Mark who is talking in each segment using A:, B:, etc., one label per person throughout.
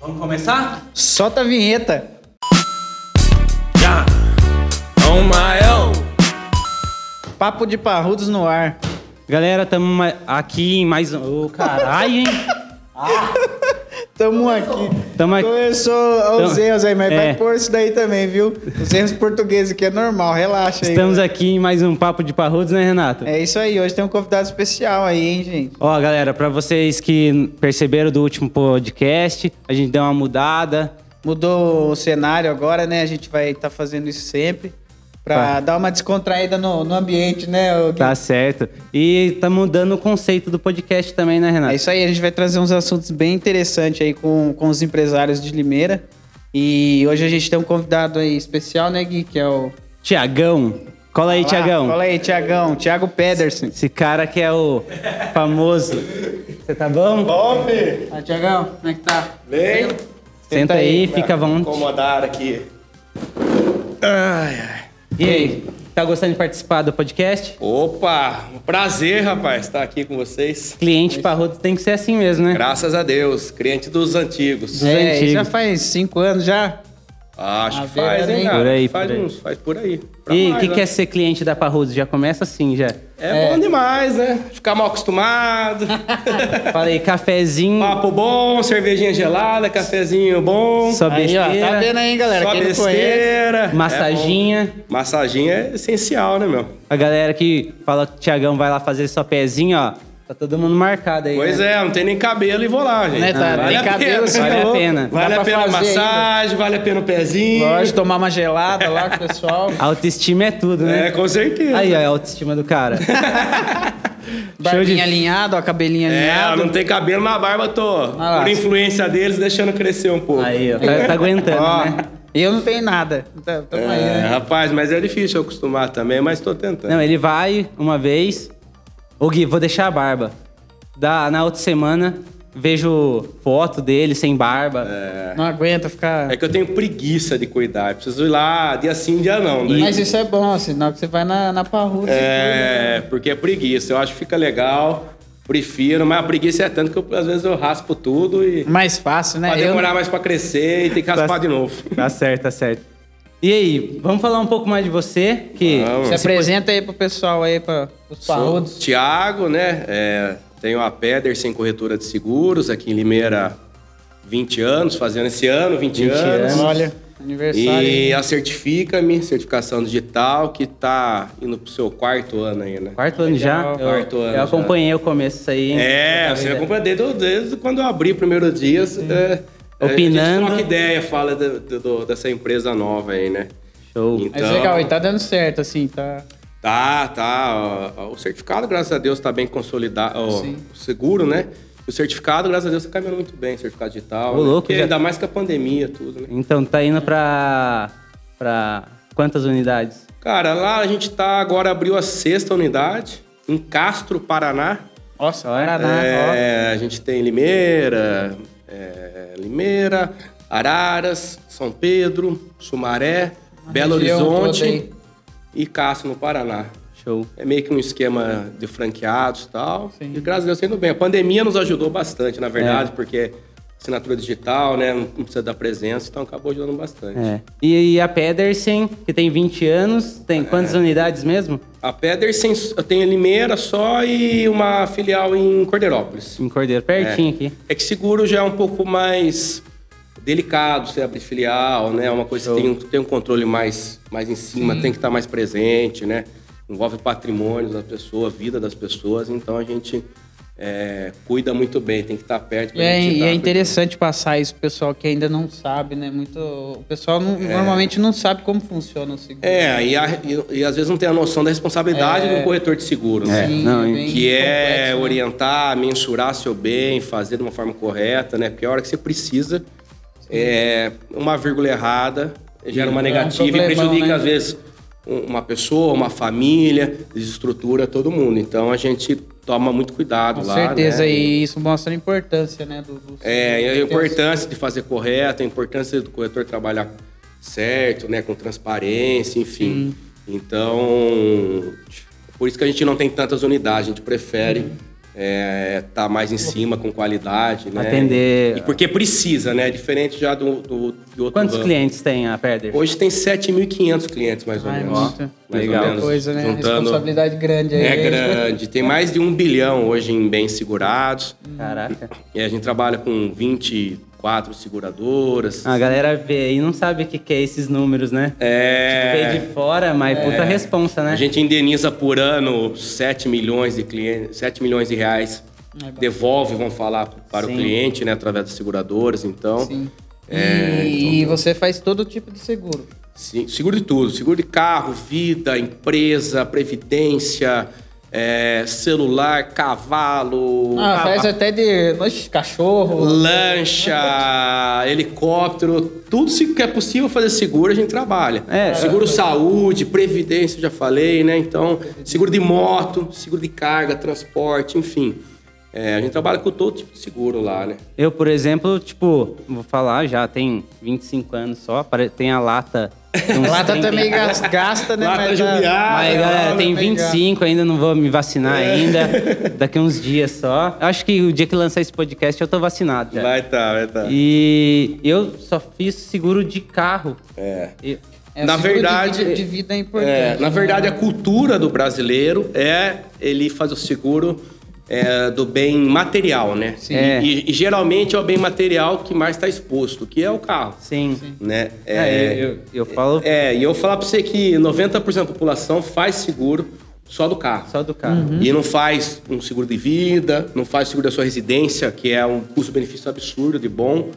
A: Vamos começar?
B: Solta a vinheta.
C: Yeah, on my own.
B: Papo de parrudos no ar.
A: Galera, estamos aqui em mais um. Ô, caralho, hein?
B: Tamo aqui.
A: Tamo aqui.
B: Começou os
A: Tamo-
B: erros aí, mas
A: É.
B: vai pôr isso daí também, viu? Os erros portugueses que é normal, relaxa aí.
A: Estamos aqui em mais um Papo de Parrudos, né, Renato?
B: É isso aí, hoje tem um convidado especial aí, hein, gente?
A: Ó, galera, pra vocês que perceberam do último podcast, a gente deu uma mudada.
B: Mudou o cenário agora, né? A gente vai estar fazendo isso sempre. Pra
A: Tá.
B: dar uma descontraída no, no ambiente, né? ô Gui?
A: Tá certo. E tá mudando o conceito do podcast também, né, Renato?
B: É isso aí, a gente vai trazer uns assuntos bem interessantes aí com, com os empresários de Limeira. E hoje a gente tem um convidado aí especial, né, Gui? Que é o.
A: Tiagão. Cola aí,
B: Olá,
A: Tiagão.
B: Fala aí, Tiagão. Tiago Pedersen.
A: Esse cara que é o famoso. Você tá bom?
C: Bom, filho.
B: Ah, Tiagão, como é que tá?
C: Bem.
A: Senta
B: Senta
A: aí,
B: aí,
A: fica à vontade.
C: Incomodar aqui.
A: E aí, tá gostando de participar do podcast?
C: Opa, um prazer, rapaz, estar aqui com vocês.
A: Cliente parrudo tem que ser assim mesmo, né?
C: Graças a Deus, cliente dos antigos.
A: É.
B: É,
A: antigos.
B: já faz cinco anos já.
C: Acho
B: A
C: que faz,
B: verdade,
C: hein,
B: hein?
C: cara?
A: Por aí,
C: faz
A: por aí.
C: uns, faz por aí. Pra
A: E o
C: mais,
A: que,
C: né?
A: que é ser cliente da Parrudos? Já começa assim, já.
C: É bom demais, né? Ficar mal acostumado.
A: Falei, cafezinho,
C: Papo bom, cervejinha gelada, cafezinho bom.
A: só
B: Aí, ó,
A: besteira,
B: tá vendo aí, galera?
C: só
B: Quem não conhece.
C: besteira. É
A: massaginha.
C: bom. Massaginha é essencial, né, meu?
A: A galera que fala que o Tiagão vai lá fazer só pezinho, ó. Tá todo mundo marcado aí. né?
C: Pois é, não tem nem cabelo e vou lá, gente.
B: Né, tá?
C: vale
B: Tem
C: a
B: cabelo,
C: pena.
B: você
A: vale
B: tá
A: a
B: louco?
A: pena.
B: Dá
C: Vale a
B: pra
C: pena a
B: fazer ainda.
C: massagem, vale a pena o pezinho.
B: Lógico, tomar uma gelada lá com o pessoal.
A: Autoestima é tudo,
C: É,
A: né?
C: com certeza.
A: Aí, ó, é a autoestima do cara.
B: Barbinha
A: de-
B: alinhada, ó, cabelinho
C: é,
B: alinhado.
C: não tem cabelo, mas a barba tô,
B: lá.
C: por influência deles, deixando crescer um pouco.
A: Aí, ó. Tá, tá aguentando,
B: ó,
A: né?
B: eu não tenho nada. Tá- Tamo aí, é.
C: É,
B: né?
C: rapaz, mas é difícil eu acostumar também, mas tô tentando.
A: Não, ele vai uma vez. Ô Gui, vou deixar a barba. Da, na outra semana, vejo foto dele sem barba.
B: Não aguenta ficar.
C: É que eu tenho preguiça de cuidar. eu Preciso ir lá dia sim, dia não. Né?
B: Mas isso é bom, sinal que você vai na, na parruda. assim,
C: É, porque é preguiça. Eu acho que fica legal, prefiro, mas a preguiça é tanto que eu, às vezes eu raspo tudo e
B: Mais fácil, né?
C: vai
B: Eu-
C: demorar mais pra crescer e tem que raspar de novo.
A: Tá certo, tá certo. E aí, vamos falar um pouco mais de você? é Que
C: Vamos.
B: Se apresenta aí pro pessoal aí, pra, pros
C: Sou
B: parrudos.
C: Tiago, né? É, tenho a Pedersen Corretora de Seguros aqui em Limeira 20 anos, fazendo esse ano 20,
A: 20
C: anos.
A: anos.
B: Olha, aniversário.
C: É. E a Certifica-me, certificação digital, que tá indo pro seu quarto ano aí, né?
A: quarto ano já.
C: Legal, quarto
A: eu,
C: ano
A: Eu
C: já.
A: acompanhei o começo isso aí. né? hein? Tá
C: É, você acompanha desde, desde quando eu abri o primeiro dia. É,
A: Opinando.
C: A gente troca ideia, fala do- do- do- dessa empresa nova aí, né?
A: Show.
B: Mas legal, e tá dando certo, assim, tá.
C: Tá, tá. ó, ó, O certificado, graças a Deus, tá bem consolidado. ó,
B: Sim.
C: O seguro, né? O certificado, graças a Deus, tá caminhando muito bem, o certificado digital.
A: Ô,
C: né?
A: louco,
C: Porque
A: já-
C: Ainda mais com a pandemia, tudo, né?
A: Então, tá indo pra. pra. quantas unidades?
C: Cara, lá a gente tá agora abriu a sexta unidade, em Castro, Paraná.
B: Nossa, Paraná, ó.
C: É, a gente tem Limeira, é, Limeira, Araras, São Pedro, Sumaré, Belo
B: região toda
C: Horizonte
B: aí.
C: e Castro, no Paraná.
A: Show.
C: É meio que um esquema de franqueados e tal. E graças a Deus tá indo bem. A pandemia nos ajudou bastante, na verdade, porque assinatura digital, né? Não precisa da presença, então acabou ajudando bastante.
A: É. E, e a Pedersen, que tem 20 anos, tem quantas
C: É.
A: unidades mesmo?
C: A Pedersen eu tenho em Limeira só e uma filial em Cordeirópolis.
A: Em Cordeiro, pertinho aqui.
C: É que seguro já é um pouco mais delicado você abrir filial, né? É uma coisa que tem, um- tem um controle mais, mais em cima,
B: Uhum.
C: tem que estar mais presente, né? Envolve patrimônios da pessoa, vida das pessoas, então a gente é, cuida muito bem, tem que estar perto
B: E é,
C: gente tá.
B: e
C: dar-
B: é interessante passar isso pro pessoal que ainda não sabe, né? Muito, o pessoal não- normalmente não sabe como funciona o seguro.
C: É, e, a- e- e às vezes não tem a noção da responsabilidade
B: É.
C: do corretor de seguro, né?
A: É, não,
B: bem
C: que é
B: complexo, né?
C: orientar, mensurar seu bem, fazer de uma forma correta, né? Porque a hora que você precisa, é, uma vírgula errada gera
B: É
C: uma
B: um
C: negativa e
B: problemão,
C: prejudica,
B: né?
C: às vezes, um- uma pessoa, uma família, desestrutura todo mundo. Então a gente toma muito cuidado
B: Com
C: lá.
B: certeza,
C: né?
B: e isso mostra a importância, né? Do, do
C: É, e
B: seguro.
C: a
A: assim.
C: importância de fazer correto, a importância do corretor trabalhar certo, né, com transparência, enfim. Então, por isso que a gente não tem tantas unidades, a gente prefere é, tá mais em cima, com qualidade, né?
A: Atender-
C: E porque precisa, né? Diferente já do, do de outro
A: Quantos
C: ramo.
A: clientes tem a Perder?
C: Hoje tem 7.500 clientes, mais ou
B: Ah, é
C: menos.
B: muito.
C: Mais
A: Legal.
C: ou menos.
B: Coisa, né?
C: Juntando...
B: Responsabilidade grande aí. né?
C: É grande. Tem mais de um bilhão hoje em bens segurados.
A: Caraca.
C: E É, a gente trabalha com 24 seguradoras.
A: A galera vê aí e não sabe o que, que é esses números, né?
C: É,
A: Vê de fora, mas puta responsa, né?
C: A gente indeniza por ano 7 milhões de clientes, 7 milhões de reais.
B: É
C: Devolve, vão falar para
A: Sim.
C: o cliente, né? Através das seguradoras, então.
B: Sim.
C: É,
B: e você faz todo tipo de seguro.
C: Sim, seguro de tudo. Seguro de carro, vida, empresa, previdência, é, celular, cavalo,
B: Ah, faz até de oxe, cachorro.
C: lancha, helicóptero, tudo se- que é possível fazer seguro, a gente trabalha.
A: É.
C: Seguro saúde, previdência, eu já falei, né? Então, seguro de moto, seguro de carga, transporte, enfim. É, a gente trabalha com todo tipo de seguro lá, né?
A: Eu, por exemplo, tipo, vou falar, já tem 25 anos só, pare- tem a lata. de uns
B: Lata
A: 30.
B: também gas- gasta, né?
C: Lata
B: Mas a-
C: judiada,
A: Mas,
B: Ah,
A: galera,
B: não,
A: tem
B: não tem
A: 25, ainda não vou me vacinar
C: É.
A: ainda. Daqui uns dias só. Acho que o dia que lançar esse podcast eu tô vacinado já.
C: Vai tá, vai tá.
A: E eu só fiz seguro de carro.
C: É.
A: E-
B: É, o
C: Na
B: seguro
C: verdade-
B: De, vi- de vida é importante.
C: É, na verdade, a cultura do brasileiro é ele faz o seguro é, do bem material, né?
B: Sim.
A: É.
C: E, e geralmente é o bem material que mais está exposto, que é o carro,
A: Sim.
C: né?
A: É, eu, eu- eu falo
C: É, e eu falar pra você que 90% da população faz seguro só do carro.
A: só do carro.
C: E não faz um seguro de vida, não faz seguro da sua residência, que é um custo-benefício absurdo de bom,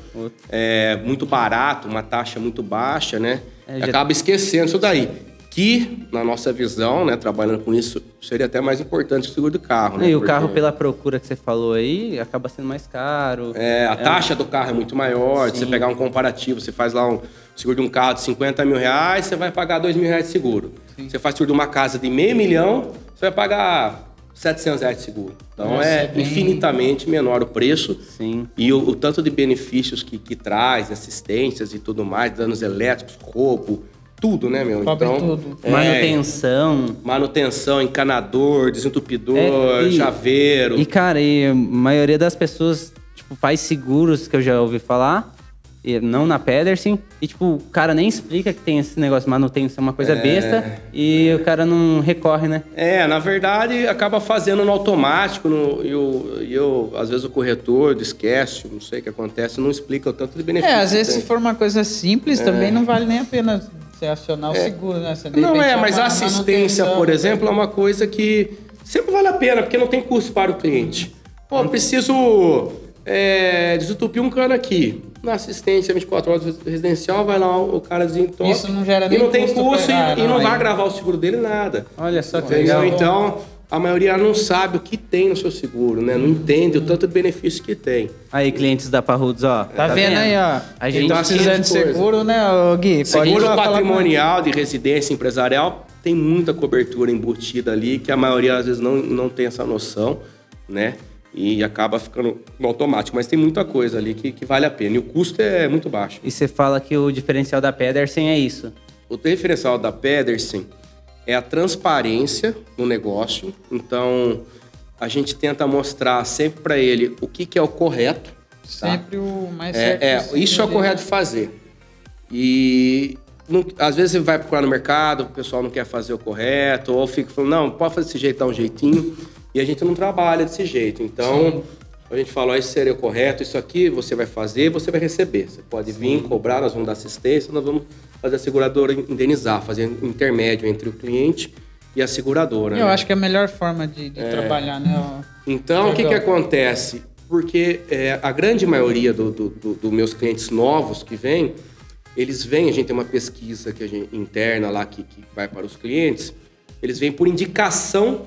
C: é muito barato, uma taxa muito baixa, né?
A: É,
C: E
A: já-
C: Acaba esquecendo isso daí. Que, na nossa visão, né, trabalhando com isso, seria até mais importante que o seguro do carro, né?
A: É, E o
C: Porque,
A: carro, pela procura que você falou aí, acaba sendo mais caro.
C: é, a taxa do carro é muito maior, se você pegar um comparativo, você faz lá um seguro de um carro de 50 mil reais, você vai pagar 2 mil reais de seguro. Você faz seguro de uma casa de meio milhão, você vai pagar 700 reais de seguro. Então
B: Nossa,
C: é
B: é bem-
C: infinitamente menor o preço.
A: Sim.
C: E o, o tanto de benefícios que, que traz, assistências e tudo mais, danos elétricos, roubo, tudo, né, meu?
B: Cobre
C: então,
B: tudo.
C: é,
A: Manutenção.
C: manutenção, encanador, desentupidor,
A: É, e-
C: chaveiro.
A: E, cara, e a maioria das pessoas, tipo, faz seguros que eu já ouvi falar, e não na Pedersen, e, tipo, o cara nem explica que tem esse negócio de manutenção, é uma coisa besta, e o cara não recorre, né?
C: É, na verdade, acaba fazendo no automático. No, e o- e eu, às vezes o corretor esquece, não sei o que acontece, não explica o tanto de benefício.
B: É, às
C: que
B: vezes se
C: tem.
B: for uma coisa simples,
C: É.
B: também não vale nem a pena você acionar o seguro, né? Você, de
C: Não
B: repente,
C: é,
B: uma
C: mas a assistência,
B: manutenção, né?
C: por exemplo, é uma coisa que sempre vale a pena, porque não tem custo para o cliente. Pô, eu preciso é, desentupir um cano aqui. Na assistência 24 horas residencial, vai lá o cara desentope.
B: Isso não gera
C: E
B: nem
C: não tem
B: custo
C: custo,
B: pra-
C: e,
B: Ah,
C: e não,
B: não,
C: vai
B: aí-
C: agravar o seguro dele nada.
A: Olha só que
C: Entendeu?
A: legal.
C: Então, a maioria não sabe o que tem no seu seguro, né? Não entende o tanto benefício que tem.
A: Aí, clientes da Parrudos, ó.
B: Tá vendo aí, ó?
A: A gente
B: tá precisando de
C: tem coisa.
B: seguro, né, ô, Gui?
C: Seguro
B: só falar com-
C: patrimonial de residência empresarial tem muita cobertura embutida ali que a maioria às vezes não, não tem essa noção, né? E acaba ficando no automático. Mas tem muita coisa ali que, que vale a pena. E o custo é muito baixo.
A: E você fala que o diferencial da Pedersen é isso.
C: O referencial da Pedersen é a transparência no negócio. Então, a gente tenta mostrar sempre para ele o que, que é o correto. tá?
B: Sempre o mais certo.
C: É, é,
B: possível,
C: isso é o
B: né?
C: correto fazer. E não- às vezes você vai procurar no mercado, o pessoal não quer fazer o correto, ou fica falando, não, pode fazer desse jeito, dá um jeitinho. E a gente não trabalha desse jeito. Então, a gente fala, ó, isso seria o correto, isso aqui você vai fazer, você vai receber. Você pode vir, cobrar, nós vamos dar assistência, nós vamos fazer a seguradora indenizar, fazer intermédio entre o cliente e a seguradora.
B: Eu
C: né?
B: acho que é a melhor forma de, de
C: É.
B: trabalhar, né? ó.
C: Então, o que, que
B: Legal.
C: acontece? Porque é, a grande maioria dos do, do- do meus clientes novos que vêm, eles vêm, a gente tem uma pesquisa que a gente, interna lá que, que vai para os clientes, eles vêm por indicação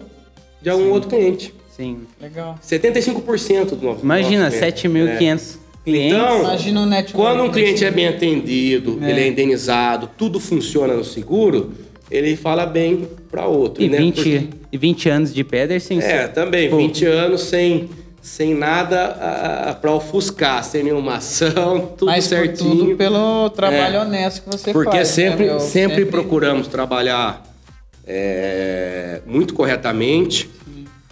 C: de algum outro cliente.
A: Sim.
B: Legal.
C: 75% do novo
A: Imagina,
C: nosso cliente.
A: 7.500 clientes.
C: é. Então,
B: Imagina o network.
C: Quando um cliente é bem atendido, ele é indenizado, tudo funciona no seguro, ele fala bem para outro.
A: e,
C: né?
A: 20,
C: Porque-
A: e 20 anos de Pedersen.
C: É, também,
A: Pô.
C: 20 anos sem, sem nada para ofuscar, sem nenhuma ação, tudo
B: Mas por
C: certinho.
B: tudo pelo trabalho
C: É.
B: honesto que você
C: porque
B: faz. né,
C: sempre,
B: meu?
C: sempre, procuramos trabalhar é, muito corretamente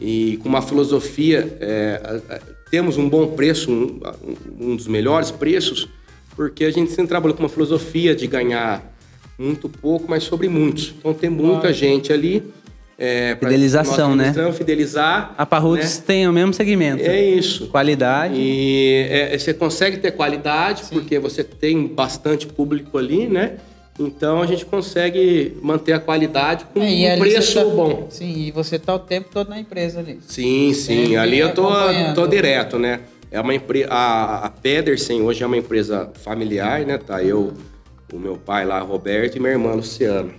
C: e com uma filosofia. é, a- a- temos um bom preço, um, um dos melhores preços, porque a gente sempre trabalhou com uma filosofia de ganhar muito pouco, mas sobre muitos. Então tem muita gente ali. É, pra-
A: Fidelização,
C: nós
A: né?
C: administramos, Fidelizar.
A: A Parrudos
C: né?
A: tem o mesmo segmento.
C: É isso.
A: Qualidade.
C: E é, você consegue ter qualidade, porque você tem bastante público ali, né? Então a gente consegue manter a qualidade com
B: É, e
C: um
B: ali
C: preço
B: você tá-
C: bom.
B: Sim, e você tá o tempo todo na empresa ali.
C: Sim, sim.
B: É,
C: ali eu tô,
B: acompanhando.
C: tô direto, né? É uma empresa. A, a Pedersen hoje é uma empresa familiar, né? Tá eu, o meu pai lá, Roberto, e minha irmã Luciana.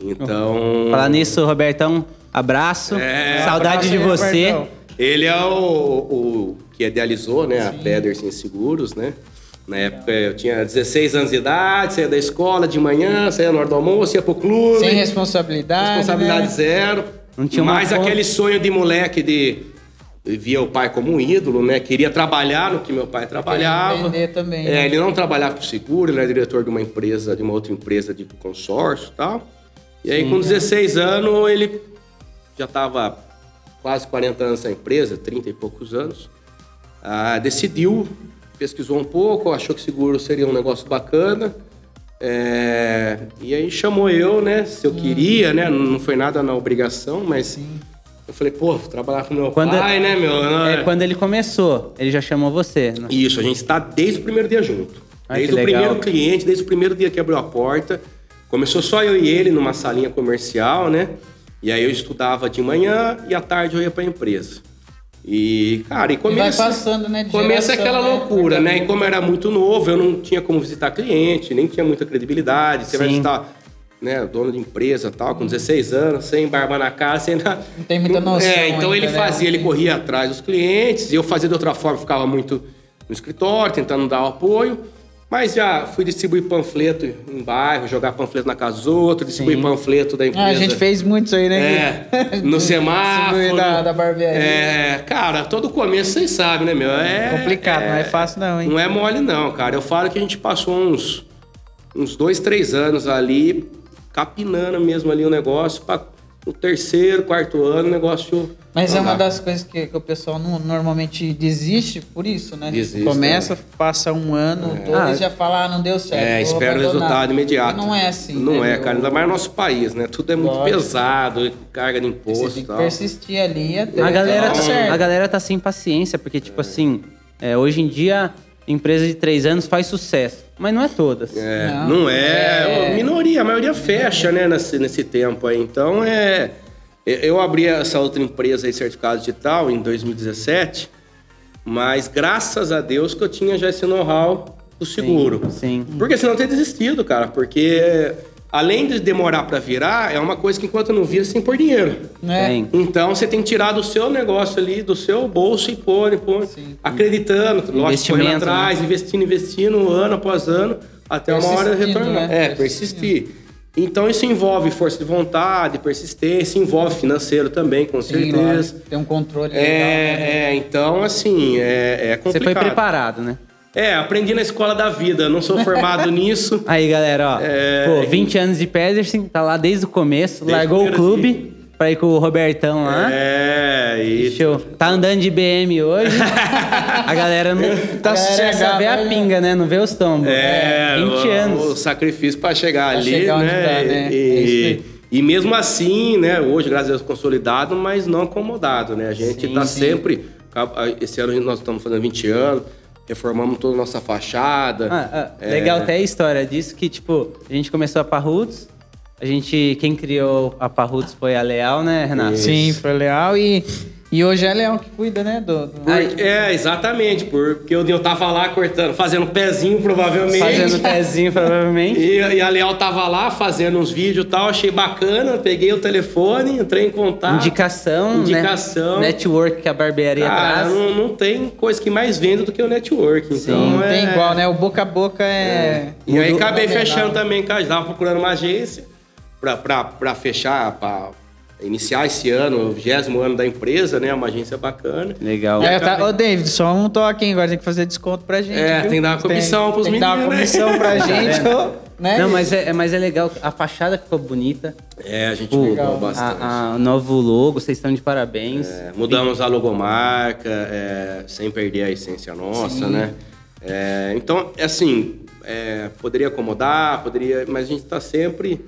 C: Então.
A: Falar nisso, Robertão, abraço.
C: É,
A: Saudade
B: abraço
A: de
B: aí,
A: você.
B: Robertão.
C: Ele é o, o que idealizou, né? A Pedersen Seguros, né? Na época eu tinha 16 anos de idade, saía da escola de manhã, saía na hora do almoço, ia pro clube.
B: Sem responsabilidade.
C: Responsabilidade
B: né?
C: zero.
A: Não tinha uma
C: mais
A: conta.
C: aquele sonho de moleque de via o pai como um ídolo, né? Queria trabalhar no que meu pai trabalhava.
B: empreender também,
C: É,
B: né?
C: ele não trabalhava com seguro, ele era diretor de uma empresa, de uma outra empresa de consórcio e tal. E aí, com 16 anos, ele já estava quase 40 anos na empresa, 30 e poucos anos. Ah, decidiu, pesquisou um pouco, achou que seguro seria um negócio bacana. É, e aí chamou eu, né? Se eu queria, né? Não foi nada na obrigação, mas eu falei, pô, vou trabalhar com meu
A: Quando-
C: pai, né, meu? Não,
A: É quando ele começou, ele já chamou você. né?
C: isso, a gente está desde o primeiro dia junto.
A: Ah,
C: desde o
A: que legal.
C: primeiro cliente, desde o primeiro dia que abriu a porta. Começou só eu e ele numa salinha comercial, né? E aí eu estudava de manhã e à tarde eu ia para a empresa. E, cara, e começa.
B: passando, né, de
C: Começa
B: geração,
C: é aquela
B: né?
C: loucura, né? E como eu era muito novo, eu não tinha como visitar cliente, nem tinha muita credibilidade. Você vai
A: Sim.
C: visitar, né, dono de empresa e tal, com 16 anos, sem barba na cara, sem nada.
B: Não tem muita noção
C: É, então
B: ainda,
C: ele
B: né?
C: fazia, ele corria atrás dos clientes, e eu fazia de outra forma, ficava muito no escritório, tentando dar o apoio. Mas já fui distribuir panfleto em bairro, jogar panfleto na casa dos outros, distribuir panfleto da empresa.
B: Ah, a gente fez muito isso aí, né?
C: É,
B: Gui?
C: no semáforo.
B: Seguro Da, da barbearia.
C: É, cara, todo começo vocês sabem, né, meu? É
B: Complicado, não é fácil não, hein?
C: Não é mole, não, cara. Eu falo que a gente passou uns, uns dois, três anos ali, capinando mesmo ali o negócio, para o terceiro, quarto ano, o negócio.
B: Mas é uma
C: andar.
B: das coisas que, que o pessoal não- normalmente desiste por isso, né?
C: Desiste,
B: Começa, passa um ano, dois,
A: Ah,
B: já fala, ah, não deu certo. vou
C: É, espera o
B: abandonar.
C: resultado imediato.
B: Não é assim.
C: Não
B: né,
C: é, cara. Ainda mais no nosso país, né? Tudo é muito
B: Lógico.
C: pesado, carga de
B: Você
C: imposto
B: tem
C: e
B: que
C: tal.
B: persistir ali até
A: A galera,
B: dar
A: tá,
B: certo.
A: a galera tá sem paciência, porque, tipo assim, é, hoje em dia, empresa de três anos faz sucesso. Mas não é todas.
C: É,
B: Não.
C: não, é, Minoria, a maioria fecha, né, nesse, nesse tempo aí. Então é. eu- Eu abri essa outra empresa aí, certificado digital, em 2017, mas graças a Deus que eu tinha já esse know-how do seguro.
A: Sim.
C: Porque senão eu teria desistido, cara. Porque além de demorar pra virar, é uma coisa que enquanto eu não vira, você tem que pôr dinheiro.
B: Né?
A: Tem.
C: Então você tem que tirar do seu negócio ali, do seu bolso e pôr, e pôr
B: Sim.
C: acreditando, lógico, correndo
A: Investimento, né?
C: atrás, investindo, investindo, ano após ano, até uma hora
B: Persistindo,
C: retornar.
B: né?
C: É, persistir. Então isso envolve força de vontade, persistência, envolve financeiro também, com
B: Sim,
C: certeza.
B: lógico, Tem um controle legal. né?
C: É, é, então assim, é, é complicado.
A: Você foi preparado, né?
C: É, aprendi na escola da vida, não sou formado nisso.
A: Aí, galera, ó.
C: É,
A: Pô,
C: e-
A: 20 anos de Pedersen, tá lá desde o começo,
C: Desde
A: largou
C: o
A: o
C: primeiro
A: clube pra ir com o Robertão lá.
C: É, isso.
A: Show. Tá andando de BM hoje. a galera não
B: Tá
A: a galera só
B: sossegada,
A: vê a
B: né?
A: pinga, né? Não vê os tombos.
C: É,
A: 20
C: o,
A: anos.
C: O sacrifício para chegar ali,
B: chegar onde
C: né?
B: tá, né?
C: E,
B: É isso
C: e mesmo assim, né? Hoje, graças a Deus, consolidado, mas não acomodado, né? A gente
A: Sim,
C: tá
A: sim.
C: sempre... Esse ano nós estamos fazendo 20 anos, reformamos toda a nossa fachada.
A: Ah, ah,
C: É,
A: Legal até a história disso, que tipo, a gente começou a Parrudos, a gente, quem criou a Parrudos foi a Leal, né,
C: é
A: Renato?
B: Sim, foi leal e, e hoje é leal que cuida, né, do... do-
A: Ah,
C: por- é, exatamente, porque eu, eu tava lá cortando, fazendo pezinho, provavelmente.
A: Fazendo pezinho, provavelmente.
C: E, e a Leal tava lá fazendo uns vídeos e tal, achei bacana, peguei o telefone, entrei em contato.
A: Indicação, né?
C: Indicação.
A: Network que a barbearia
C: Cara,
A: traz.
C: não, não tem coisa que mais vende do que o network. Então
B: Não
C: é...
B: tem igual, né? O boca a boca é...
C: E aí acabei
B: Mudou.
C: fechando também, cara. Estava procurando uma agência pra, pra, pra fechar, pra iniciar esse ano, o vigésimo ano da empresa, né? Uma agência bacana.
A: Legal.
B: É, tá, ô, David, só um toque, hein? Agora tem que fazer desconto pra gente.
C: É,
B: viu?
C: tem que dar uma comissão pros
B: tem, Tem que dar uma
C: meninos, né?
B: comissão pra gente.
A: vendo?
B: ô. né?
A: É. Não, mas é, é- mas é legal. A fachada ficou bonita.
C: É, a gente
A: Pô,
C: mudou
A: a-
C: bastante.
A: a- O novo logo, vocês estão de parabéns.
C: É, mudamos a logomarca, é, sem perder a essência nossa, né? É, então, é assim, é, poderia acomodar, poderia, mas a gente está sempre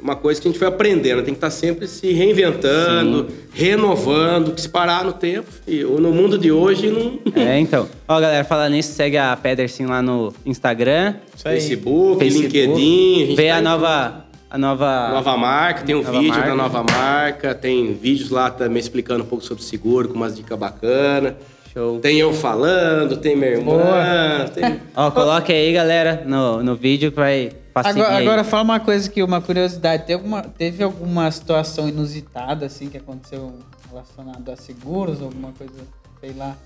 C: uma coisa que a gente foi aprendendo, tem que estar sempre se reinventando, renovando, que se parar no tempo, e ou no mundo de hoje não
A: É, então. Ó, galera, falando nisso, segue a Pedersen lá no Instagram,
B: Isso aí.
C: Facebook,
A: Facebook.
C: LinkedIn, a gente
A: Vê
C: tá
A: a
C: em
A: nova. A nova.
C: Nova marca, tem um
A: Nova
C: vídeo
A: marca.
C: da nova marca, tem vídeos lá também explicando um pouco sobre seguro, com umas dicas bacanas.
A: Show.
C: Tem eu falando, tem minha irmã, tem...
A: Ó, coloque aí, galera, no, no vídeo que vai passar.
B: Agora, agora fala uma coisa que uma curiosidade. Tem alguma, teve alguma situação inusitada, assim, que aconteceu um relacionado a seguros, alguma coisa, sei lá.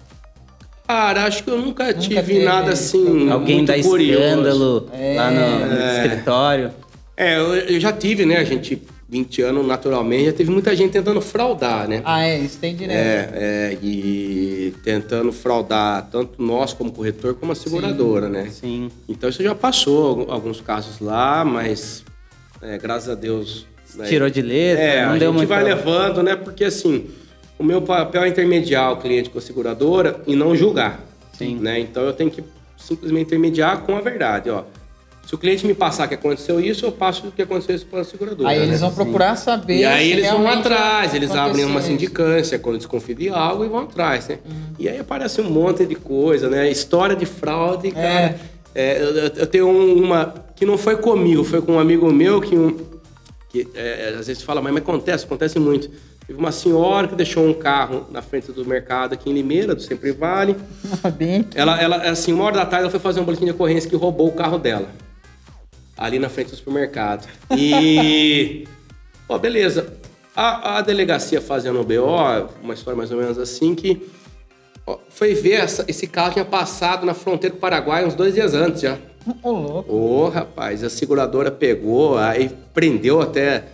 C: Cara, acho que eu nunca, tive
B: teve
C: nada assim.
A: Alguém
C: muito
A: dá
C: curioso.
A: escândalo
B: É.
A: lá no, no
C: É.
A: escritório.
C: É, eu, eu já tive, né? A gente, 20 anos naturalmente, já teve muita gente tentando fraudar, né?
B: Ah, é, isso tem direto.
C: É, é, e tentando fraudar tanto nós como corretor como a seguradora, né?
A: Sim.
C: Então isso já passou algu- alguns casos lá, mas é, graças a Deus. né,
A: Tirou de letra,
C: É,
A: não
C: a
A: deu
C: gente
A: muito.
C: vai
A: pra-
C: levando, né? Porque assim, o meu papel é intermediar o cliente com a seguradora e não julgar.
A: Sim.
C: Né? Então eu tenho que simplesmente intermediar com a verdade, ó. Se o cliente me passar que aconteceu isso, eu passo o que aconteceu isso para a seguradora.
B: Aí
C: né?
B: eles vão procurar saber.
C: E aí
B: se
C: eles vão
B: realmente
C: atrás, eles abrem
B: aconteceu
C: uma
B: isso. Uhum.
C: sindicância quando desconfiam de algo e vão atrás, né? E aí aparece um monte de coisa, né? História de fraude, cara. É, eu, eu- eu tenho um- uma que não foi comigo, foi com um amigo meu que, um, que é, às vezes fala, mas, mas acontece, acontece muito. Teve uma senhora que deixou um carro na frente do mercado aqui em Limeira, do Sempre Vale.
B: Bem,
C: Ela, ela, assim, uma hora da tarde ela foi fazer um boletim de ocorrência que roubou o carro dela. Ali na frente do supermercado. E. Ó, beleza. A, a delegacia fazendo o BO, uma história mais ou menos assim, que ó, foi ver essa- esse carro tinha passado na fronteira com o Paraguai uns dois dias antes já.
B: ô louco.
C: Ô, rapaz, a seguradora pegou, aí prendeu até.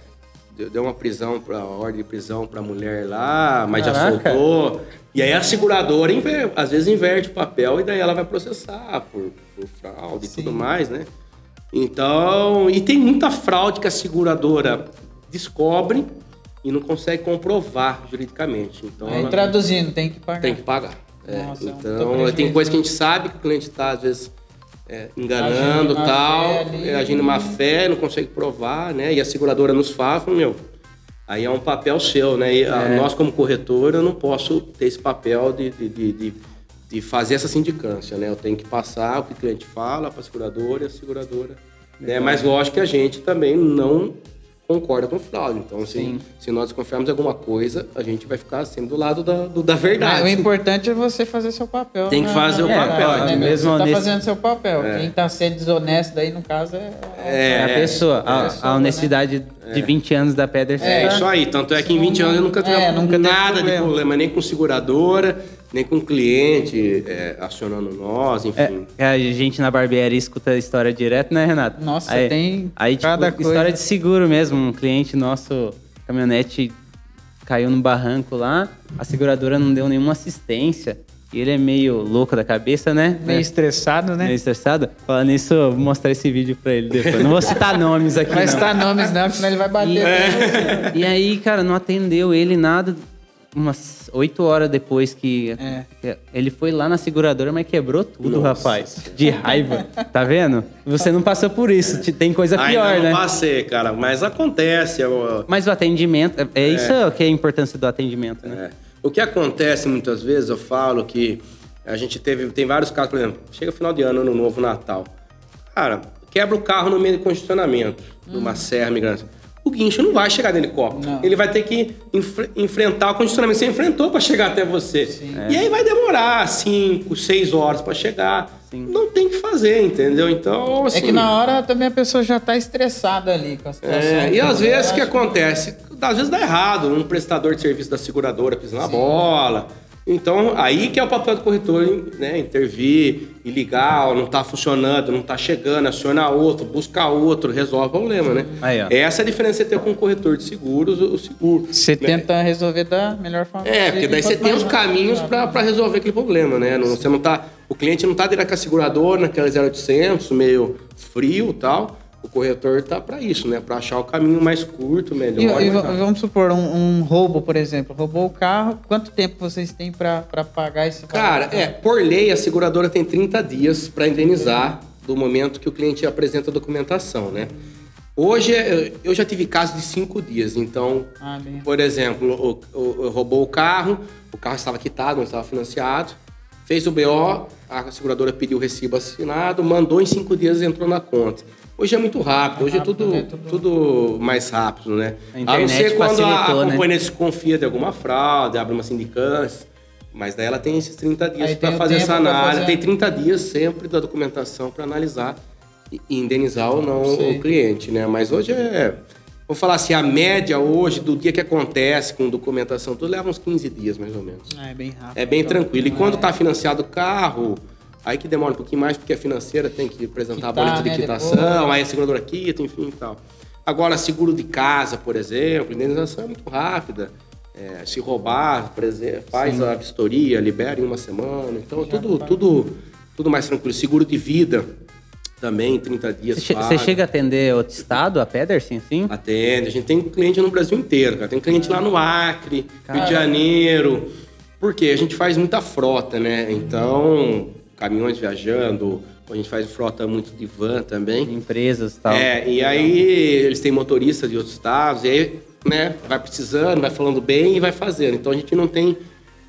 C: deu- Deu uma prisão, pra, ordem de prisão pra mulher lá, mas
A: Caraca.
C: já soltou. E aí a seguradora, inver- às vezes, inverte o papel e daí ela vai processar por, por fraude e tudo mais, né? Então, e tem muita fraude que a seguradora descobre e não consegue comprovar juridicamente. Então,
B: Aí,
C: ela-
B: traduzindo, tem que pagar.
C: tem que pagar. É,
B: Nossa, é um puta
C: então,
B: prejuízo,
C: tem coisa que a gente sabe que o cliente está, às vezes, é,
B: Agindo
C: enganando
B: má
C: tal,
B: fé ali.
C: é, agindo má fé, não consegue provar, né? E a seguradora nos fala, fala, meu, aí é um papel seu, né? E
A: É.
C: a- nós, como corretora, eu não posso ter esse papel de, de, de- de- de fazer essa sindicância, né? Eu tenho que passar o que o cliente fala para a seguradora e a seguradora. Né? Mas lógico que a gente também não concorda com fraude. Então, se, se nós desconfiarmos de alguma coisa, a gente vai ficar sempre do lado da, do- da verdade.
B: Ah, o importante é você fazer seu papel. né?
C: Tem que
B: na-
C: fazer
B: na
C: o papel,
B: verdade,
A: é,
B: né?
A: mesmo
B: Você tá
A: nesse-
B: fazendo seu papel. Quem tá sendo desonesto daí, no caso, é...
A: É, a pessoa. A, a
C: né?
B: pessoa,
A: honestidade de 20 anos da Pedersen. tá
C: É isso aí, tanto é que em 20 anos eu nunca tive
B: É, nunca teve
C: nada
B: problema.
C: de problema, nem com seguradora, nem com cliente é, acionando nós, enfim.
A: É, a gente na barbearia escuta a história direto, né, Renato?
B: Nossa, tem
A: aí, tipo,
B: cada coisa.
A: história de seguro mesmo. Um cliente nosso, caminhonete, caiu no barranco lá, a seguradora não deu nenhuma assistência. E ele é meio louco da cabeça, né?
B: Meio estressado, né?
A: Meio estressado. Falando nisso, eu vou mostrar esse vídeo pra ele depois. Não vou citar nomes aqui.
B: Vai
A: não.
B: citar nomes não, senão ele vai
A: E,
B: bater.
C: É.
A: e aí, cara, não atendeu ele nada. Umas oito horas depois que.
B: É.
A: que- Ele foi lá na seguradora, mas quebrou tudo,
C: Nossa
A: rapaz. De raiva. Tá vendo? Você não passou por isso. te- Tem coisa
C: Ainda
A: pior,
C: não
A: né?
C: passei, cara, mas acontece. eu-
A: Mas o atendimento. É é isso que é a importância do atendimento, né?
C: é. O que acontece muitas vezes, eu falo que a gente teve, tem vários casos, por exemplo, chega final de ano, ano novo, Natal. Cara, quebra o carro no meio do congestionamento, numa serra migrante. O guincho não vai chegar de helicóptero.
B: Hum. Não.
C: Ele vai ter que enfre- enfrentar o congestionamento que você enfrentou para chegar até você. E
B: É.
C: aí vai demorar 5, 6 horas para chegar. Não tem o que fazer, entendeu? Então, assim,
B: É que na hora também a pessoa já tá estressada ali com a situação. Então,
C: é, e às
B: Ela
C: vezes o que
B: acha-
C: acontece? Às vezes dá errado, um prestador de serviço da seguradora pisa na bola. Então, aí que é o papel do corretor, né? Intervir e ligar, ó, não tá funcionando, não tá chegando, aciona outro, busca outro, resolve o problema, né?
A: Aí, ó.
C: Essa é a diferença que você tem com o corretor de seguros, o seguro.
B: Você
C: né?
B: tenta resolver da melhor forma.
C: É, porque daí você tem os
B: os
C: caminhos para resolver aquele problema, né? Não- você não tá, o cliente não tá direto com a seguradora, naquela 0800, meio frio e tal. o corretor tá para isso, né? Para achar o caminho mais curto, melhor. ah,
B: E, e
C: mais
B: va-
C: rápido.
B: vamos supor, um, um roubo, por exemplo. Roubou o carro, quanto tempo vocês têm pra pra pagar esse
C: Cara, é, por lei, a seguradora tem 30 dias para indenizar do momento que o cliente apresenta a documentação, né? Hoje, eh, eu já tive caso de cinco dias, então,
B: Ah, bem.
C: por exemplo, o, o- o- roubou o carro, o carro estava quitado, não estava financiado, fez o BO, a seguradora pediu o recibo assinado, mandou em cinco dias e entrou na conta. Hoje é muito rápido, hoje é
B: Rápido,
C: tudo,
B: né?
C: tudo...
B: Tudo-
C: mais rápido, né?
A: A internet
C: quando
A: facilitou,
C: a,
A: né?
C: a companhia companhia desconfia de alguma fraude, abre uma sindicância, mas daí ela tem esses 30 dias
B: Aí
C: para
B: tem o
C: fazer
B: tempo
C: essa
B: pra
C: análise.
B: fazer.
C: Tem 30 dias sempre da documentação para analisar e e indenizar ou não
B: Sim.
C: o cliente, né? Mas hoje é. Vou falar assim, a média hoje do dia que acontece com documentação, tudo leva uns 15 dias mais ou menos.
B: Ah, é bem rápido.
C: É bem
B: Então,
C: tranquilo. E
B: não
C: quando
B: é-
C: está financiado o carro, aí que demora um pouquinho mais, porque a financeira tem que
B: Quitar,
C: apresentar a boleta de
B: né,
C: quitação,
B: depois.
C: aí a seguradora quita, enfim e tal. Agora, seguro de casa, por exemplo, indenização é muito rápida. É, se roubar, por exemplo, faz a vistoria, libera em uma semana. Então,
B: Já
C: tudo,
B: paga.
C: tudo, tudo mais tranquilo. Seguro de vida também, 30 dias.
A: Você che-
C: paga.
A: você chega a atender outro estado, a Pedersen, assim?
C: Atende. A gente tem cliente no Brasil inteiro, cara. Tem cliente lá no Acre, Rio de Janeiro. Porque a gente faz muita frota, né? Então, caminhões viajando, a gente faz frota muito de van também.
A: Empresas e tal.
C: É, e aí eles têm motoristas de outros estados, e aí, né, vai precisando, vai falando bem e vai fazendo. Então a gente não tem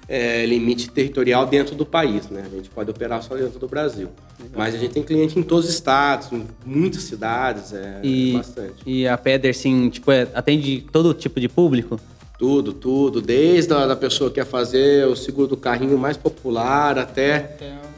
C: é, limite territorial dentro do país, né? A gente pode operar só dentro do Brasil. Mas a gente tem cliente em todos os estados, em muitas cidades, é
A: E,
C: bastante.
A: e a Pedersen, tipo, é- atende todo tipo de público?
C: Tudo, tudo. Desde a da pessoa que quer fazer o seguro do carrinho mais popular
B: é
C: até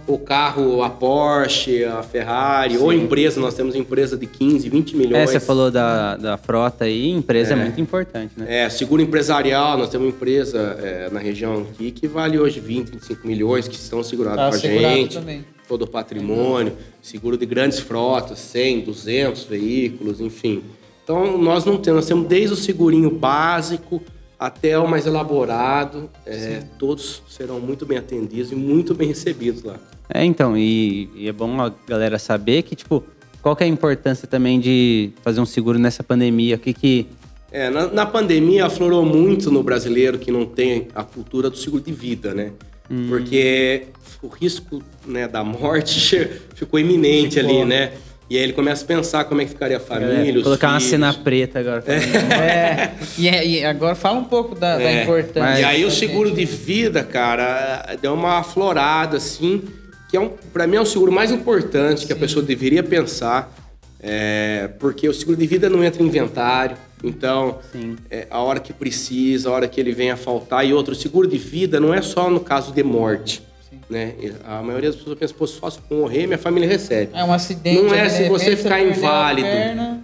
C: o carro, a Porsche, a Ferrari, ou empresa. Nós temos empresa de 15, 20
A: É,
C: milhões.
A: você falou da, da frota aí, empresa é.
C: É.
A: muito importante, né?
C: É, seguro empresarial, nós temos uma empresa é, na região aqui que vale hoje 20, 25 milhões que estão segurados
B: Tá
C: com a
B: segurado
C: gente.
B: também.
C: Todo o patrimônio, seguro de grandes frotas, 100, 200 veículos, enfim. Então, nós não temos, nós temos desde o segurinho básico até o mais elaborado. é, todos serão muito bem atendidos e muito bem recebidos lá.
A: É, então, e, e é bom a galera saber que, tipo, qual que é a importância também de fazer um seguro nessa pandemia? O que que...
C: É, na, na pandemia aflorou muito no brasileiro que não tem a cultura do seguro de vida, né?
A: Hum.
C: Porque o risco né, da morte che- ficou iminente
B: Ficou.
C: ali, né? E aí ele começa a pensar como é que ficaria a família, os
A: colocar uma
C: filhos.
A: cena preta agora.
B: É. E, é- e agora fala um pouco da, da
C: É,
B: importância.
C: E aí
B: pra
C: o seguro
B: gente.
C: de vida, cara, deu uma aflorada, assim, que é um, pra mim é o seguro mais importante que a pessoa deveria pensar, é, porque o seguro de vida não entra em inventário, então,
A: Sim.
C: é, a hora que precisa, a hora que ele vem a faltar, e outro, o seguro de vida não é só no caso de morte, né? E A maioria das pessoas pensa, pô, só se eu morrer, minha família recebe.
B: É um acidente.
C: Não é
B: de
C: se
B: repente,
C: você ficar
B: perdeu a
C: inválido.
B: perna.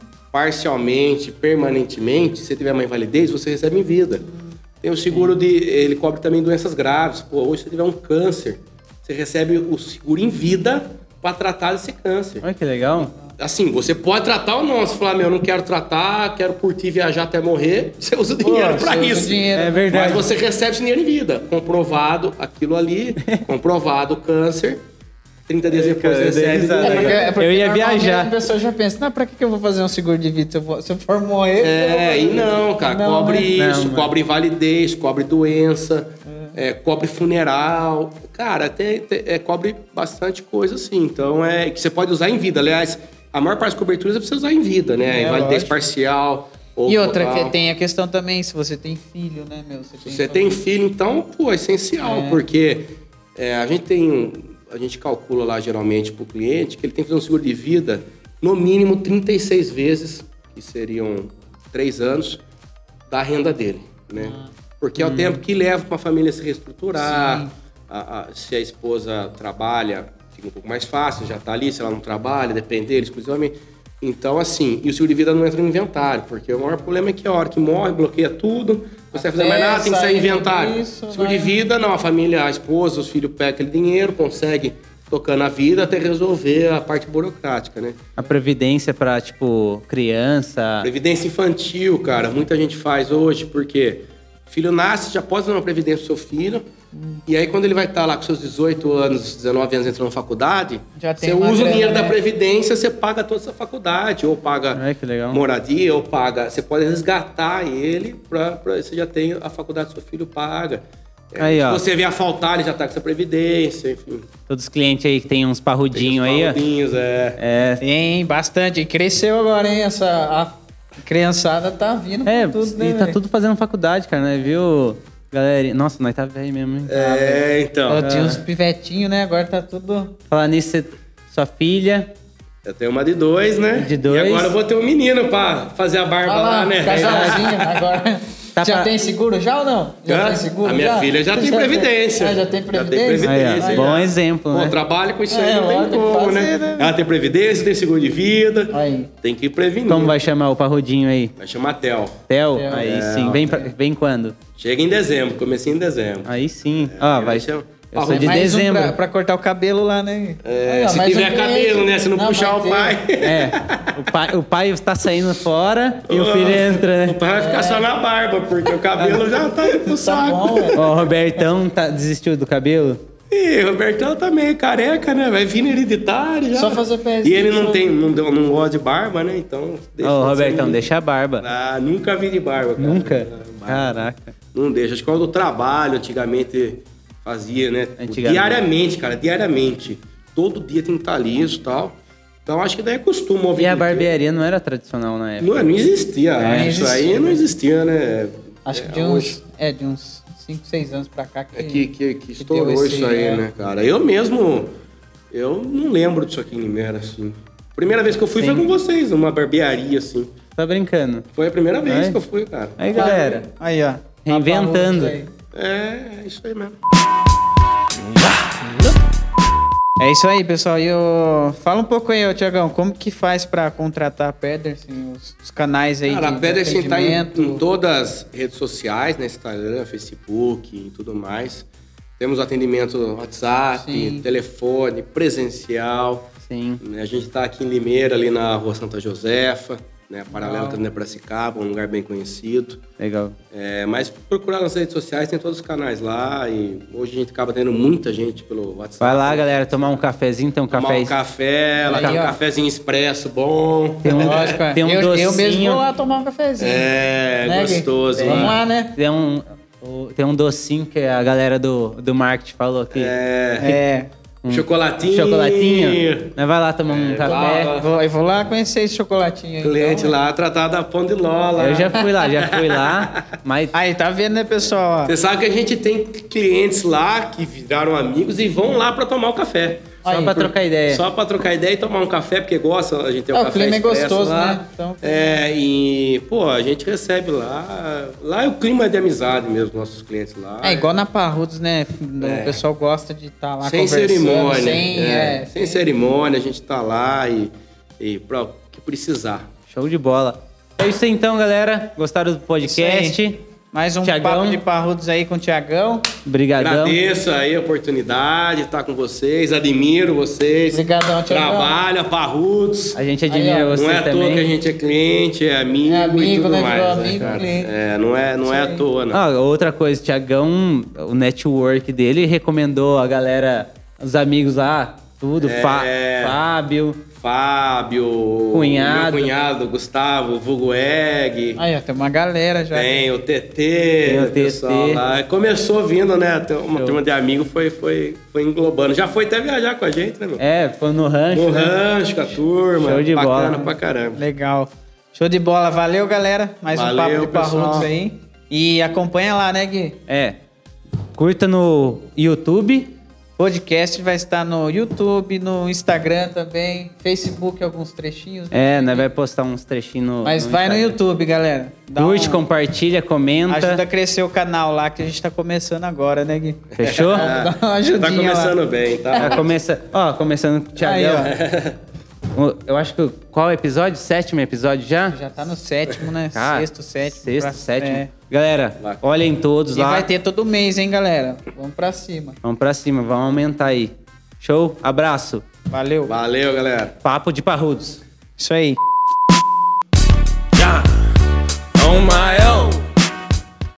C: parcialmente, permanentemente, se você tiver uma invalidez, você recebe em vida. Tem o seguro de. Ele cobre também doenças graves. Pô, hoje você tiver um câncer, você recebe o seguro em vida para tratar desse câncer.
A: Olha que legal.
C: Assim, você pode tratar ou não. Você falar, meu, eu não quero tratar, quero curtir, viajar até morrer. Você usa o
B: Pô,
C: dinheiro para
B: seu
C: isso.
B: dinheiro.
A: É verdade.
C: Mas você recebe esse dinheiro em vida. Comprovado aquilo ali, comprovado o câncer. 30 dias depois
A: cara, eu dei
C: recebe.
A: risada.
B: É porque- é porque
A: Eu ia
B: normalmente
A: viajar.
B: A pessoa já pensa, não, pra que que eu vou fazer um seguro de vida se eu, vou- se eu for morrer? eu vou
C: É,
B: fazer
C: e não, cara,
B: Não,
C: cobre
A: né?
C: isso,
A: Não, mano.
C: cobre invalidez, cobre doença, é, cobre funeral, cara, até, até- é, cobre bastante coisa assim. Então é que você pode usar em vida. Aliás, a maior parte das coberturas é pra você usar em vida, né?
B: É,
C: invalidez
B: lógico.
C: parcial. Ou
B: E outra
C: total.
B: que tem a questão também, se você tem filho, né, meu?
C: Se você tem filho, então, pô, é essencial, porque é, a gente tem. um- A gente calcula lá geralmente pro cliente que ele tem que fazer um seguro de vida no mínimo 36 vezes, que seriam 3 anos, da renda dele, né? Porque é o tempo que leva para a família se reestruturar. a- a- se a esposa trabalha, fica um pouco mais fácil, já tá ali, se ela não trabalha, depende dele exclusivamente. Então, assim, e o seguro de vida não entra no inventário, porque o maior problema é que a hora que morre, bloqueia tudo, você vai fazer mais nada, tem que sair
B: Sai
C: inventário.
B: isso,
C: Seguro de
B: vai.
C: vida, não, a família, a esposa, os filhos pegam aquele dinheiro, consegue tocando a vida até resolver a parte burocrática, né?
A: A previdência pra, tipo, criança.
C: Previdência infantil, cara, muita gente faz hoje, porque filho nasce, já pode fazer uma previdência pro seu filho, E aí, quando ele vai estar lá com seus 18 anos, 19 anos, entrando na faculdade,
B: Já tem
C: você
B: uma
C: usa o
B: grana,
C: dinheiro da
B: né?
C: Previdência, você paga toda essa faculdade, ou paga
A: É, que legal.
C: moradia, ou paga. Você pode resgatar ele pra, pra- você já tem a faculdade do seu filho paga. É,
A: Aí,
C: se
A: ó.
C: você vier faltar, ele já tá com essa Previdência, enfim.
A: Todos os clientes aí que tem uns
C: Tem
A: parrudinhos
C: os
A: aí, ó.
C: pagodinhos, é.
A: É,
B: Tem bastante. E Cresceu agora, hein? Essa a criançada tá vindo
A: é
B: com tudo, né?
A: e tá
B: velho?
A: tudo fazendo faculdade, cara, né? Viu? Galera, nossa, nós tá velho mesmo, hein?
C: É, então.
B: Ó,
A: um.
B: Tinha uns pivetinhos, né? Agora tá tudo.
A: Falar nisso, você- sua filha.
C: Eu tenho uma de dois, né?
A: De dois.
C: E agora eu vou ter um menino pra fazer a barba
B: Olha
C: lá,
B: lá,
C: né?
B: tá sozinho agora.
A: Tá
B: já
A: pra-
B: tem seguro já ou não? Já
C: Hã?
B: tem seguro?
C: A minha filha já tem previdência.
B: Ah, já tem
C: Já tem
B: previdência?
C: previdência.
A: Aí,
C: Isso
A: ó,
C: aí,
A: bom
C: ó.
A: exemplo,
C: Bom,
A: né?
C: trabalho com isso aí,
B: É,
C: não tem
B: lógico, tem que
C: como,
B: fazer,
C: né?
B: né?
C: Ela tem previdência, tem seguro de vida.
B: Aí.
C: Tem que prevenir.
A: Como vai chamar o parrudinho aí?
C: Vai chamar Tel.
A: Theo?
B: Theo.
A: Aí
C: É,
A: sim.
C: ó,
A: Vem, pra- vem quando?
C: Chega em dezembro, comecei em dezembro.
A: Aí sim. ó,
C: eu
A: vai.
C: chamo-
A: Eu sou
C: Ah,
A: de
B: mais
A: dezembro.
B: Um pra, pra cortar o cabelo lá, né?
C: É,
B: Aí, ó,
C: se
B: mais um
C: tiver
B: cliente.
C: cabelo, né? Se não, puxar
B: vai
C: o
B: ter. Tá
C: pai.
A: É. O pai, o pai está saindo fora e o filho entra,
C: O
A: né?
C: pai vai ficar só na barba, porque o cabelo já tá indo pro
B: Tá
C: saco.
B: bom, velho.
A: Ó, o Robertão tá, desistiu do cabelo.
C: Ih, o Robertão tá meio careca, né? Vai vir hereditário já.
B: Só fazer PS.
C: E ele não tem, não, deu- não gosta de barba, né? Então.
A: Ó,
C: de
A: o
C: ser
A: Robertão,
C: menino.
A: deixa a barba.
C: Ah, nunca vi de barba, cara.
A: Nunca?
C: Ah, barba.
A: Caraca.
C: Não deixa. Acho que quando eu trabalho, antigamente fazia, né?
A: Antigamente.
C: Diariamente, cara, diariamente. Todo dia tem que estar liso e tal. Então acho que daí é costume ouvir.
A: E a barbearia não era tradicional na época.
C: Não, não existia.
A: É.
C: Isso aí não existia, né?
B: Acho que
C: É,
B: de
C: hoje
B: uns. É, de uns 5, 6 anos pra cá que.
C: É que, que, que
B: que
C: estourou
B: deu esse-
C: isso aí,
B: é.
C: né, cara? Eu mesmo, eu não lembro disso aqui em Limeira, assim. Primeira vez que eu fui foi com vocês, numa barbearia, assim.
A: Tá brincando.
C: Foi a primeira vez
A: Aí.
C: que eu fui, cara.
A: Aí, galera.
B: É. Aí, ó.
A: Reinventando.
B: Tá bom, Tá isso aí.
C: É, é isso aí mesmo.
B: É isso aí, pessoal. E eu... Fala um pouco aí, ô, Tiagão, como que faz pra contratar a Pedersen, os, os canais aí
C: Cara,
B: de,
C: a Pedersen tá em,
B: atendimento?
C: em todas as redes sociais, né? Instagram, Facebook e tudo mais. Temos atendimento WhatsApp,
B: Sim.
C: telefone, presencial.
A: Sim.
C: A gente está aqui em Limeira, ali na rua Santa Josefa, né? Paralela
B: Legal.
C: também a Piracicaba, um lugar bem conhecido.
A: Legal.
C: É, mas procurar nas redes sociais, tem todos os canais lá. E hoje a gente acaba tendo muita gente pelo WhatsApp.
A: Vai lá, galera, tomar um cafezinho, tem um
C: Tomar
A: café.
C: um café, lá
B: Aí,
C: tem
B: ó.
C: um cafezinho expresso bom.
A: Tem um,
B: Lógico, é.
A: tem um
B: eu,
A: docinho.
B: eu mesmo vou lá tomar um cafezinho.
C: É,
B: Né, Gui?
C: gostoso. hein?
B: Vamos lá, né?
A: Tem um, o- tem um docinho que a galera do, do marketing falou que
C: É,
B: É.
A: um
C: chocolatinho.
A: chocolatinho. Mas vai lá tomar um café.
C: lá.
B: Eu É, vou, eu vou lá conhecer esse chocolatinho aí.
C: Cliente
B: então.
C: lá, tratado da pão de ló lá.
A: Eu já fui lá, já fui lá. Mas
B: Aí, tá vendo, né, pessoal?
C: Você sabe que a gente tem clientes lá que viraram amigos e vão lá pra tomar o café.
A: só
B: Aí,
A: pra
B: por-
A: trocar ideia.
C: Só pra trocar ideia e tomar um café, porque gosta, a gente tem um
B: É, o
C: café
B: clima é
C: expresso
B: gostoso,
C: lá.
B: né? Então-
C: É, e, pô, a gente recebe lá. Lá é o clima de amizade mesmo, nossos clientes lá.
B: É igual na Parrudos, né? O pessoal gosta de estar lá
C: É. Sem
B: conversando.
C: cerimônia.
B: Sem,
C: é,
B: é,
C: sem cerimônia, a gente tá lá e, e pra o que precisar.
A: Show de bola. É isso aí, então, galera. Gostaram do
B: Isso
A: podcast?
B: aí. Mais um
A: Tiagão.
B: papo de Parrudos aí com o Tiagão.
A: Obrigadão.
C: Agradeço aí a oportunidade de estar com vocês, admiro vocês.
B: Obrigadão, Tiagão.
C: Trabalho, parrudos.
A: A gente admira
B: Aí, ó,
A: você
C: Não é à toa
A: também.
C: que a gente é cliente, é amigo,
B: É amigo,
C: e tudo
B: né?
C: mais.
B: Virou
C: né,
B: amigo,
C: cara?
B: cliente.
C: É, não é, não é à toa, não.
A: Ah, outra coisa, o Tiagão, o network dele recomendou a galera, os amigos lá, tudo.
C: É.
A: Fá- Fábio.
C: Fábio,
A: Cunhado.
C: meu cunhado, Gustavo, Vulgo Egg,
B: Aí, ó, tem uma galera Ah, já.
C: tem o TT,
A: o
C: o pessoal
A: TT.
C: lá. Começou vindo, né? tem Uma turma de amigo foi, foi, foi englobando. Já foi até viajar com a gente, né, meu?
A: É, foi no rancho.
C: No
A: né?
C: rancho, com a turma.
A: Show de
C: bacana
A: bola.
C: pra caramba.
B: Legal. Show de bola. Valeu, galera. Mais um papo
C: Valeu,
B: de Parrudos
C: pessoal.
B: aí. E acompanha lá, né, Gui?
A: É. Curta no YouTube.
B: Podcast vai estar no YouTube, no Instagram também, Facebook, alguns trechinhos. né?
A: É, né? Vai postar uns trechinhos no.
B: Mas vai no
A: Instagram.
B: YouTube, galera. Dá
A: Curte,
B: um-
A: compartilha, comenta.
B: Ajuda a crescer o canal lá que a gente tá começando agora, né, Gui?
A: Fechou?
B: Dá uma
C: tá
B: ajudinha lá.
C: começando bem, tá?
A: Já começa. Ó, começando com o Thiagão. O- Eu acho que. Qual episódio? Sétimo episódio já?
B: Já tá no sétimo, né?
A: Cara,
B: sexto, sétimo.
A: Sexto,
B: pra-
A: sétimo.
B: é.
A: Galera,
C: Bacana.
A: olhem todos
B: E
A: lá.
B: vai ter todo mês, hein, galera? Vamos pra cima.
A: Vamos pra cima, vamos aumentar aí. Show? Abraço.
B: Valeu.
C: Valeu, galera.
A: Papo de Parrudos.
B: Isso aí.
D: on my own.